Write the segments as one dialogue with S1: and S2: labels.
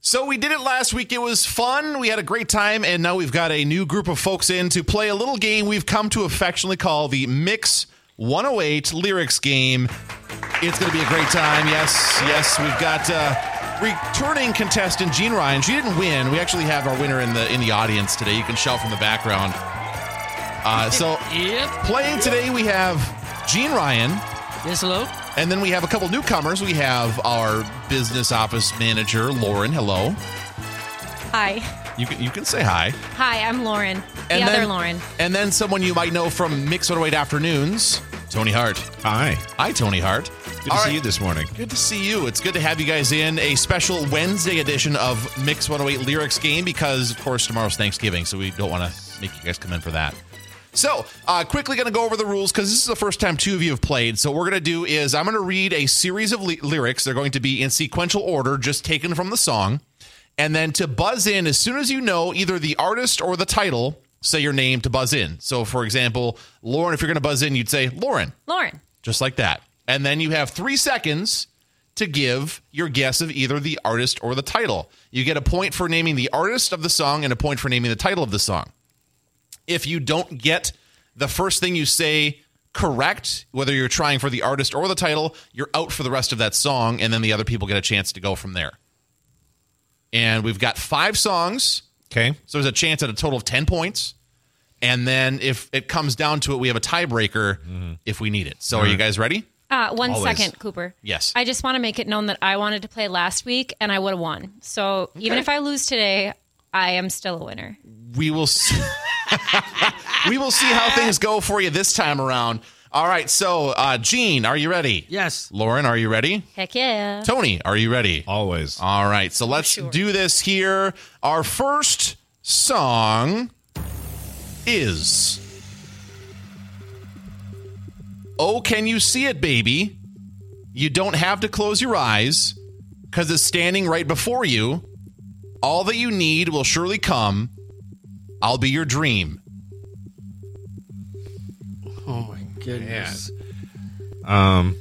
S1: So we did it last week. It was fun. We had a great time, and now we've got a new group of folks in to play a little game we've come to affectionately call the Mix 108 Lyrics Game. It's going to be a great time. Yes, yes, we've got uh, returning contestant Gene Ryan. She didn't win. We actually have our winner in the in the audience today. You can shout from the background. Uh, so
S2: Yep.
S1: playing today, we have Gene Ryan.
S2: Yes, hello.
S1: And then we have a couple newcomers. We have our business office manager, Lauren. Hello.
S3: Hi.
S1: You can, you can say hi.
S3: Hi, I'm Lauren. The
S1: And
S3: other
S1: then-
S3: Lauren.
S1: And then someone you might know from Mix 108 Afternoons, Tony Hart.
S4: Hi.
S1: Hi, Tony Hart.
S4: Good to see you this morning.
S1: Good to see you. It's good to have you guys in a special Wednesday edition of Mix 108 Lyrics Game because, of course, tomorrow's Thanksgiving, so we don't want to make you guys come in for that. So, uh, quickly going to go over the rules because this is the first time two of you have played. So, what we're going to do is I'm going to read a series of ly- lyrics. They're going to be in sequential order, just taken from the song. And then to buzz in, as soon as you know either the artist or the title, say your name to buzz in. So, for example, Lauren, if you're going to buzz in, you'd say Lauren
S3: Lauren.
S1: just like that. And then you have three seconds to give your guess of either the artist or the title. You get a point for naming the artist of the song and a point for naming the title of the song. If you don't get the first thing you say correct, whether you're trying for the artist or the title, you're out for the rest of that song, and then the other people get a chance to go from there. And we've got five songs.
S4: Okay.
S1: So there's a chance at a total of 10 points. And then if it comes down to it, we have a tiebreaker if we need it. So are you guys ready?
S3: Uh, one second,
S1: Always.
S3: Cooper.
S1: Yes.
S3: I just want to make it known that I wanted to play last week and I would have won. So even if I lose today, I am still a winner.
S1: We will see. we will see how things go for you this time around. All right. So, uh, Gene, are you ready?
S2: Yes.
S1: Lauren, are you ready?
S3: Heck yeah.
S1: Tony, are you ready?
S4: Always.
S1: All right. So let's do this here. Our first song is Oh, can you see it, baby? You don't have to close your eyes because it's standing right before you. All that you need will surely come. I'll be your dream.
S2: Oh my goodness.
S4: Um,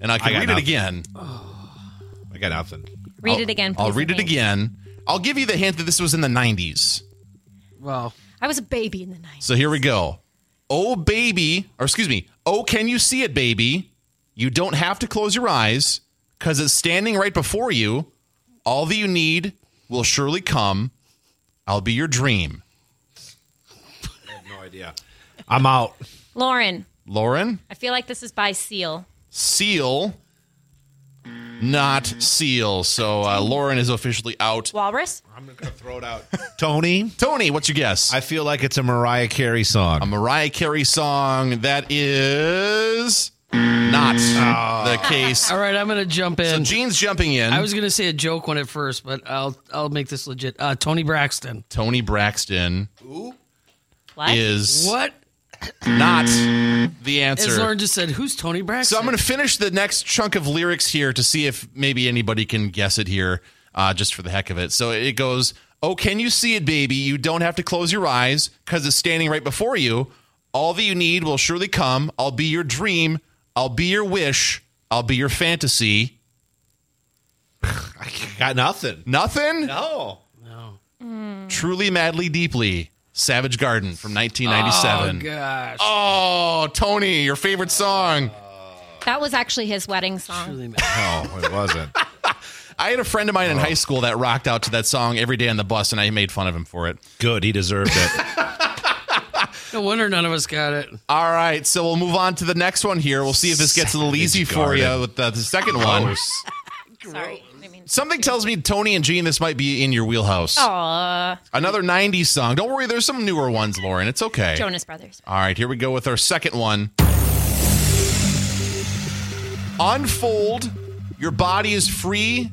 S1: And I can
S4: I got
S1: read it
S4: nothing.
S1: again.
S4: I got nothing.
S3: Read
S1: I'll-
S3: it again, please.
S1: I'll read
S3: and
S1: it
S3: thanks.
S1: again. I'll give you the hint that this was in the 90s.
S2: Well,
S3: I was a baby in the night.
S1: So here we go. Oh, baby, or excuse me. Oh, can you see it, baby? You don't have to close your eyes because it's standing right before you. All that you need will surely come. I'll be your dream.
S4: No idea. I'm out.
S3: Lauren,
S1: Lauren,
S3: I feel like this is by Seal.
S1: seal, not seal. So uh, Lauren is officially out.
S3: Walrus?
S4: I'm going to throw it out. Tony,
S1: Tony, what's your guess?
S4: I feel like it's a Mariah Carey song.
S1: A Mariah Carey song that is not the case.
S2: all right. I'm gonna jump
S1: So
S2: in.
S1: Gene's jumping in.
S2: I was gonna say a joke one at first, but I'll I'll make this legit. Uh, Tony Braxton.
S1: Tony Braxton.
S3: What?
S1: is
S2: What?
S1: not the
S2: As
S1: answer.
S2: Lauren just said, who's Tony Braxton?
S1: So I'm going to finish the next chunk of lyrics here to see if maybe anybody can guess it here, uh, just for the heck of it. So it goes, "Oh, can you see it, baby? You don't have to close your eyes because it's standing right before you. All that you need will surely come. I'll be your dream. I'll be your wish. I'll be your fantasy.
S4: I got nothing.
S1: Nothing.
S4: No.
S1: Truly, madly, deeply." Savage Garden from 1997.
S2: Gosh.
S1: Oh, Tony, your favorite song.
S3: That was actually his wedding song.
S2: Really mad.
S4: No, it wasn't.
S1: I had a friend of mine in high school that rocked out to that song every day on the bus, and I made fun of him for it.
S4: Good. He deserved it.
S2: No wonder none of us got it.
S1: All right, so we'll move on to the next one here. We'll see if this gets a little
S4: Savage
S1: easy for
S4: Garden.
S1: you with the, the second one.
S3: Sorry. I mean,
S1: Something tells me Tony and Gene, this might be in your wheelhouse.
S3: Oh. aw,
S1: Another 90s song. Don't worry, there's some newer ones, Lauren. It's okay.
S3: Jonas Brothers.
S1: All right, here we go with our second one. Unfold, your body is free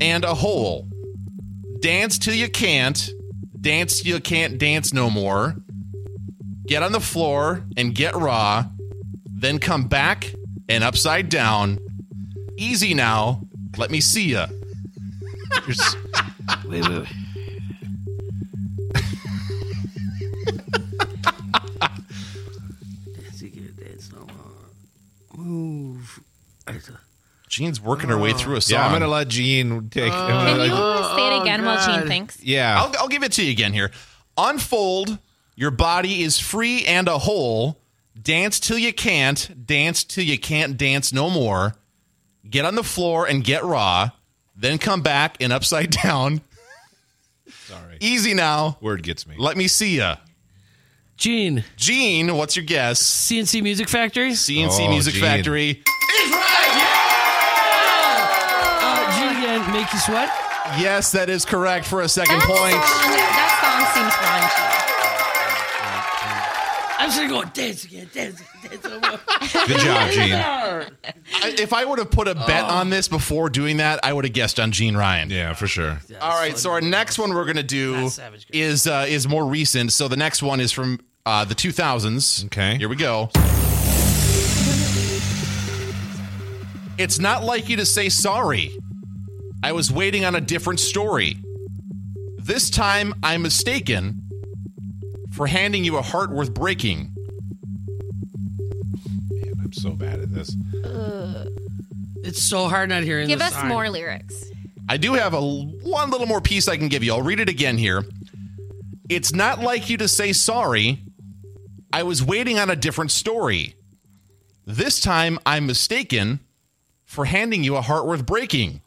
S1: and a whole. Dance till you can't, dance till you can't dance no more. Get on the floor and get raw, then come back and upside down. Easy now, let me see ya.
S2: Wait, wait, wait. That's a good dance, no more. Move.
S1: Jean's working her way through a song.
S4: Yeah, I'm gonna let Gene take. I'm
S3: Can
S4: gonna
S3: you
S4: let-
S1: Oh,
S3: say it again while
S2: God.
S3: Gene thinks?
S4: yeah,
S1: I'll, I'll give it to you again here. Unfold. Your body is free and a whole. Dance till you can't. Dance till you can't dance no more. Get on the floor and get raw. Then come back and upside down.
S4: sorry.
S1: Easy now.
S4: Word gets me.
S1: Let me see ya.
S2: Gene,
S1: Gene, what's your guess?
S2: CNC Music Factory.
S1: CNC
S4: Oh,
S1: Music
S4: Gene.
S1: Factory.
S2: Uh, Gene again, make you sweat.
S1: Yes, that is correct for a second
S3: That
S1: point.
S3: song, that song seems raunchy.
S2: I'm just gonna go dance again, dance, again, dance. no more."
S4: Good job, Gene.
S1: I- if I would have put a bet
S4: Oh.
S1: on this before doing that, I would have guessed on Gene Ryan.
S4: Yeah, for sure. Yeah.
S1: All right, so our next one we're gonna do
S2: That's Savage Garden.
S1: is uh, is more recent. So the next one is from uh, the 2000s.
S4: Okay.
S1: here we go. It's not like you to say sorry. I was waiting on a different story. This time I'm mistaken for handing you a heart worth breaking.
S4: Man, I'm so bad at this.
S2: It's so hard not hearing.
S3: Give
S2: this
S3: us
S2: song.
S3: more lyrics.
S1: I do have a l- one little more piece I can give you. I'll read it again here. It's not like you to say sorry. I was waiting on a different story. This time I'm mistaken for handing you a heart worth breaking.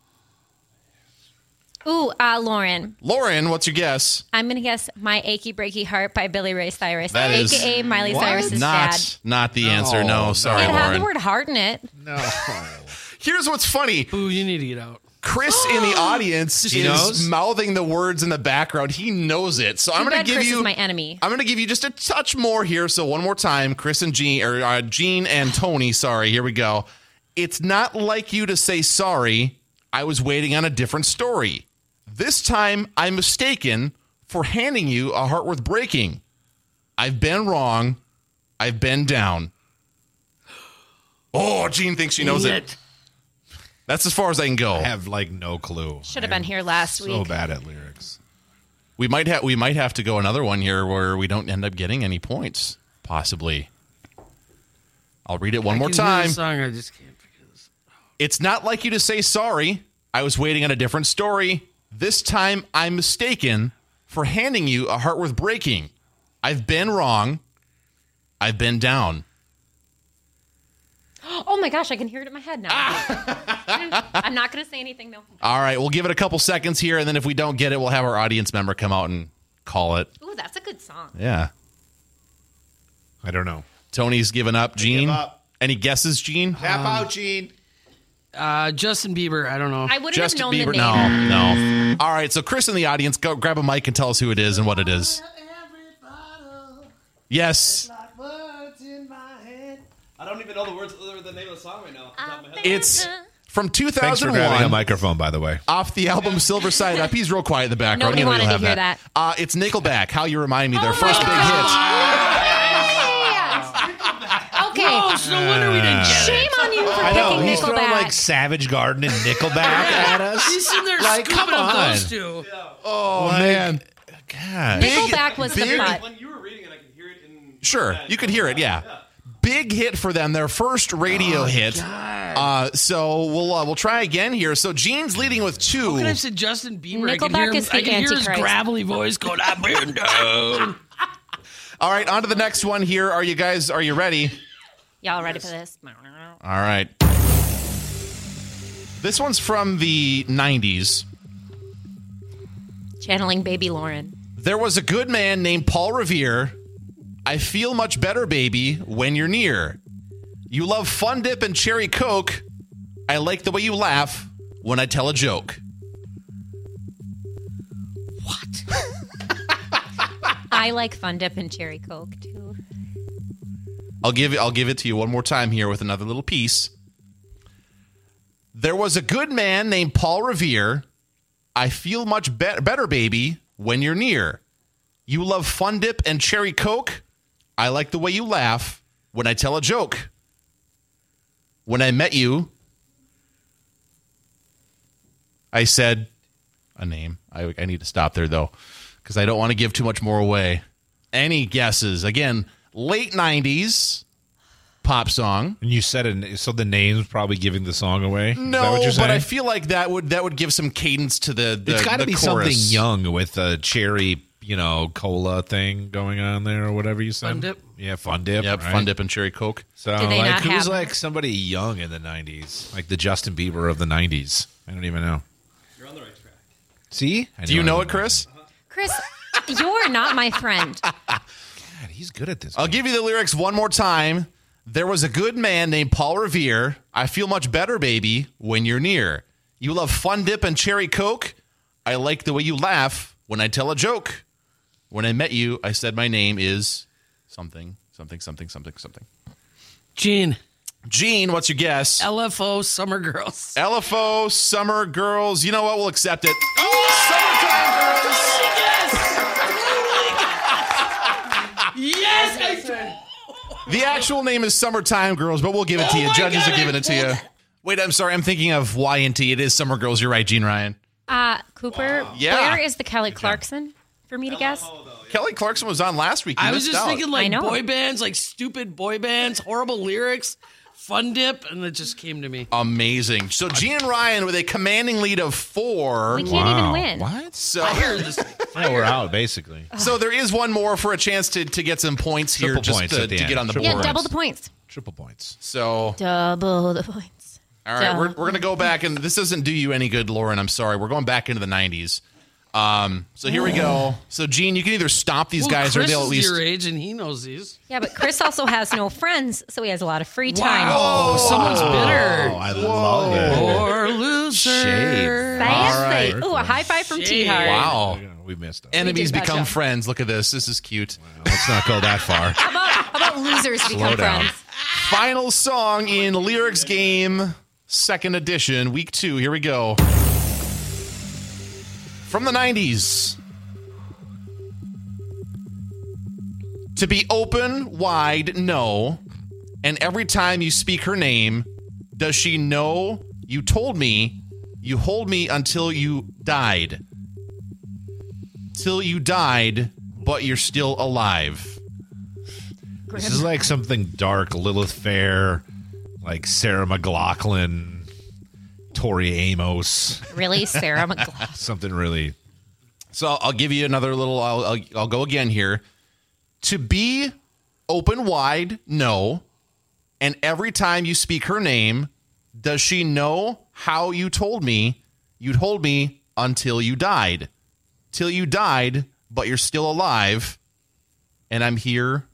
S3: Ooh, uh, Lauren.
S1: Lauren, what's your guess?
S3: I'm gonna guess "My Achy Breaky Heart" by Billy Ray Cyrus,
S1: That is
S3: aka Miley Cyrus's
S1: not
S3: dad.
S1: not the answer.
S4: No,
S1: No,
S4: Oh, no.
S1: sorry,
S3: It had the
S1: Lauren.
S3: word "heart" in it.
S4: No.
S1: Here's what's funny.
S2: Boo, you need to get out.
S1: Chris in the audience is
S4: knows?
S1: mouthing the words in the background. He knows it. So I'm
S3: Too
S1: going to
S3: bad
S1: give
S3: Chris
S1: you
S3: is my enemy.
S1: I'm going to give you just a touch more here. So one more time, Chris and Gene, or uh, Gene and Tony. Sorry, here we go. It's not like you to say sorry. I was waiting on a different story. This time, I'm mistaken for handing you a heart worth breaking. I've been wrong. I've been down. Oh, Gene thinks she knows it. That's as far as I can go.
S4: I have like no clue.
S3: Should have
S4: I'm
S3: been here last
S4: So
S3: week.
S4: bad at lyrics.
S1: We might have we might have to go another one here where we don't end up getting any points, possibly. I'll read it one more
S2: I can hear
S1: time.
S2: this song, I just can't figure this.
S1: It's not like you to say sorry. I was waiting on a different story. This time I'm mistaken for handing you a heart worth breaking. I've been wrong. I've been down.
S3: Oh my gosh, I can hear it in my head now. I'm not gonna say anything though.
S1: All right, we'll give it a couple seconds here, and then if we don't get it, we'll have our audience member come out and call it.
S3: Ooh, that's a good song.
S1: Yeah.
S4: I don't know.
S1: Tony's given up. Gene.
S4: up.
S1: Any guesses, Gene?
S4: Tap out, Gene.
S2: Uh, Justin Bieber, I don't know.
S3: I wouldn't
S1: Justin
S3: have known
S1: Bieber.
S3: the name.
S1: No, no. All right, so Chris in the audience, go grab a mic and tell us who it is and what it is. Yes,
S5: I don't even know the words, the name of the song right now.
S1: it's from
S4: Thanks for grabbing a
S1: 2001
S4: microphone, by the way.
S1: off the album Silver Side Up. He's real quiet in the background.
S3: Nobody
S1: You know you'll
S3: wanted to
S1: have
S3: hear
S1: Uh, it's Nickelback. How you remind me? Their
S3: Oh
S1: first big
S3: my
S1: hit.
S3: Okay.
S2: no wonder we didn't get it.
S3: Shame on you for picking
S4: Oh, he's throwing
S3: Nickelback.
S4: like Savage Garden and Nickelback at us.
S2: He's in there
S4: Like,
S2: scooping
S4: come
S2: up
S4: on.
S2: those two.
S1: Oh man,
S4: God.
S3: Nickelback was the
S1: big-
S3: butt.
S5: When you were reading it, I could hear it in.
S1: sure, you could hear it. Yeah. Big hit for them, their first
S4: Oh,
S1: radio hit. Uh, so we'll uh, we'll try again here. So Gene's leading with
S3: Oh,
S1: two.
S2: When I said Justin Bieber, I could
S3: Nickelback
S2: hear, him,
S3: is the
S2: I could hear his
S3: Antichrist.
S2: gravelly voice going, I've been down.
S1: All right, on to the next one here. Are you guys are you ready?
S3: Y'all ready for this?
S1: All right. This one's from the 90s.
S3: Channeling Baby Lauren.
S1: There was a good man named Paul Revere. I feel much better, baby, when you're near. You love Fun Dip and Cherry Coke. I like the way you laugh when I tell a joke.
S3: I like Fun Dip and Cherry Coke too.
S1: I'll give I'll give it to you one more time here with another little piece. There was a good man named Paul Revere. I feel much be- better, baby, when you're near. You love Fun Dip and Cherry Coke. I like the way you laugh when I tell a joke. When I met you, I said a name. I, I need to stop there though, because I don't want to give too much more away. Any guesses? Again, late 90s, pop song.
S4: And you said it, so the name's probably giving the song away. Is that
S1: No,
S4: what you're
S1: but I
S4: saying?
S1: feel like that would that would give some cadence to the. the
S4: it's got
S1: the
S4: to be
S1: chorus.
S4: something young with a cherry, you know, cola thing going on there or whatever you said.
S2: Fun dip?
S4: Yeah, fun dip.
S1: Yep,
S4: right?
S1: fun dip and cherry coke.
S4: So
S3: Do they
S4: like,
S3: not
S4: who's
S3: have-
S4: like somebody young in the '90s, like the Justin Bieber of the '90s? I don't even know.
S5: You're on the right track.
S4: See, I
S1: Do you know
S4: I
S1: it, Chris?
S3: Chris, you're not my friend.
S4: God, he's good at this.
S1: I'll
S4: game.
S1: give you the lyrics one more time. There was a good man named Paul Revere. I feel much better, baby, when you're near. You love fun dip and cherry coke. I like the way you laugh when I tell a joke. When I met you, I said my name is something, something, something, something, something.
S2: Gene,
S1: Gene, what's your guess?
S2: Oh. LFO, Summer Girls.
S1: LFO, summer girls. You know what? We'll accept it. Summertime girls.
S2: Yes, I said.
S1: The actual name is Summertime Girls, but we'll give it to
S2: Oh
S1: you.
S2: my
S1: Judges
S2: God,
S1: are giving
S2: I
S1: it to you.
S2: pulled
S1: Wait, I'm sorry. I'm thinking of Y and T. It is Summer Girls. You're right, Gene Ryan.
S3: Uh, Cooper,
S1: Yeah.
S3: where is the Kelly Clarkson for me to guess?
S1: Kelly Clarkson was on last week. You
S2: I was
S1: missed
S2: just
S1: out.
S2: thinking
S3: I
S2: like
S3: know.
S2: boy bands, like stupid boy bands, horrible lyrics, fun dip, and it just came to me.
S1: Amazing. So Gene and Ryan with a commanding lead of four.
S3: We can't even win.
S4: What?
S1: So,
S2: Here, this-
S4: Yeah, we're out basically.
S1: so there is one more for a chance to, to get some points here,
S4: Triple
S1: just
S4: points
S1: to,
S4: at the
S1: to
S4: end.
S1: get on the
S4: Triple
S1: board.
S3: Yeah, double the points.
S4: Triple points.
S1: So
S3: Double the points.
S1: All right, we're,
S3: Duh.
S1: we're gonna go back, and this doesn't do you any good, Lauren. I'm sorry. We're going back into the '90s. Um, so here we go. So Gene, you can either stop these
S2: well,
S1: guys,
S2: Chris
S1: or they'll at
S2: is
S1: least.
S2: your age, and he knows these.
S3: Yeah, but Chris also has no friends, so he has a lot of free time.
S2: Oh, someone's bitter.
S4: Oh, I love it.
S2: Or loser.
S4: Shade.
S3: Fancy.
S4: All right.
S3: Ooh, a high five from T Hard.
S1: wow,
S4: Yeah, we missed it.
S1: enemies
S3: We did that,
S1: become
S3: John.
S1: friends. Look at this. This is cute.
S4: Let's not go that far.
S3: How about, how about losers become
S4: down.
S3: friends?
S1: Final song in lyrics game, second edition, week two. Here we go. From the '90s. To be open, wide, no. And every time you speak her name, does she know you told me you hold me until you died? Till you died, but you're still alive.
S4: This is like something dark, Lilith Fair, like Sarah McLaughlin, Tori Amos,
S3: Really, Sarah McLaughlin?
S4: something really.
S1: So I'll, I'll give you another little. I'll, I'll I'll go again here. To be open wide, no. And every time you speak her name, does she know how you told me you'd hold me until you died? Till you died, but you're still alive, and I'm here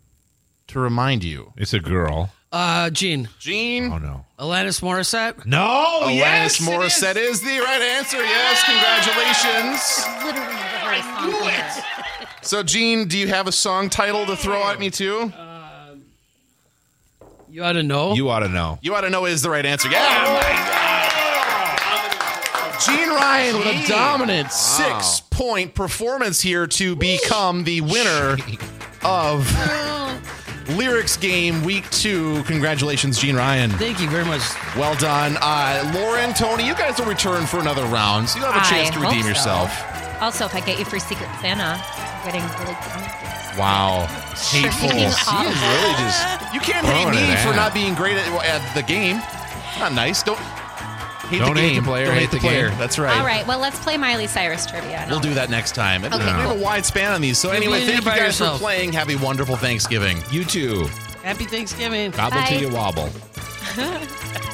S1: to remind you.
S4: It's a girl.
S2: Uh, Gene,
S1: Gene
S4: Oh no.
S2: Alanis Morissette.
S4: No.
S1: Alanis
S4: yes, it is.
S1: Oh, Morissette is. the right answer. Yes, congratulations.
S3: Literally the very song. from her.
S1: So, Gene, do you have a song title to throw at me too?
S2: You ought to know.
S4: You ought to know.
S1: You ought to know is the right answer. Yeah.
S3: Oh,
S1: Gene Ryan with a dominant six point performance here to become the winner of Lyrics Game Week Two. Congratulations, Gene Ryan.
S2: Thank you very much.
S1: Well done. Uh, Lauren, Tony, you guys will return for another round, so you'll have a
S3: I
S1: chance to
S3: hope
S1: redeem
S3: so.
S1: yourself.
S3: Also, if I get you for Secret Santa, I'm getting really drunk.
S1: Wow.
S4: Hateful.
S3: Freaking
S4: She is really just.
S1: You can't
S4: Throwing
S1: hate
S4: it
S1: me for
S4: out.
S1: not being great at, at the game. It's not nice. Don't hate
S4: Don't
S1: the
S4: hate
S1: game.
S4: the player,
S1: Don't hate,
S4: hate
S1: the,
S4: the
S1: player.
S4: game.
S1: That's right.
S3: All right, well, let's play Miley Cyrus trivia.
S1: We'll do that next time. Okay. We have a wide span on these. So anyway,
S2: be
S1: thank you
S2: by
S1: guys for
S2: yourself.
S1: playing. Have a wonderful Thanksgiving.
S4: You too.
S2: Happy Thanksgiving.
S4: Gobble
S3: Bye.
S4: till you wobble.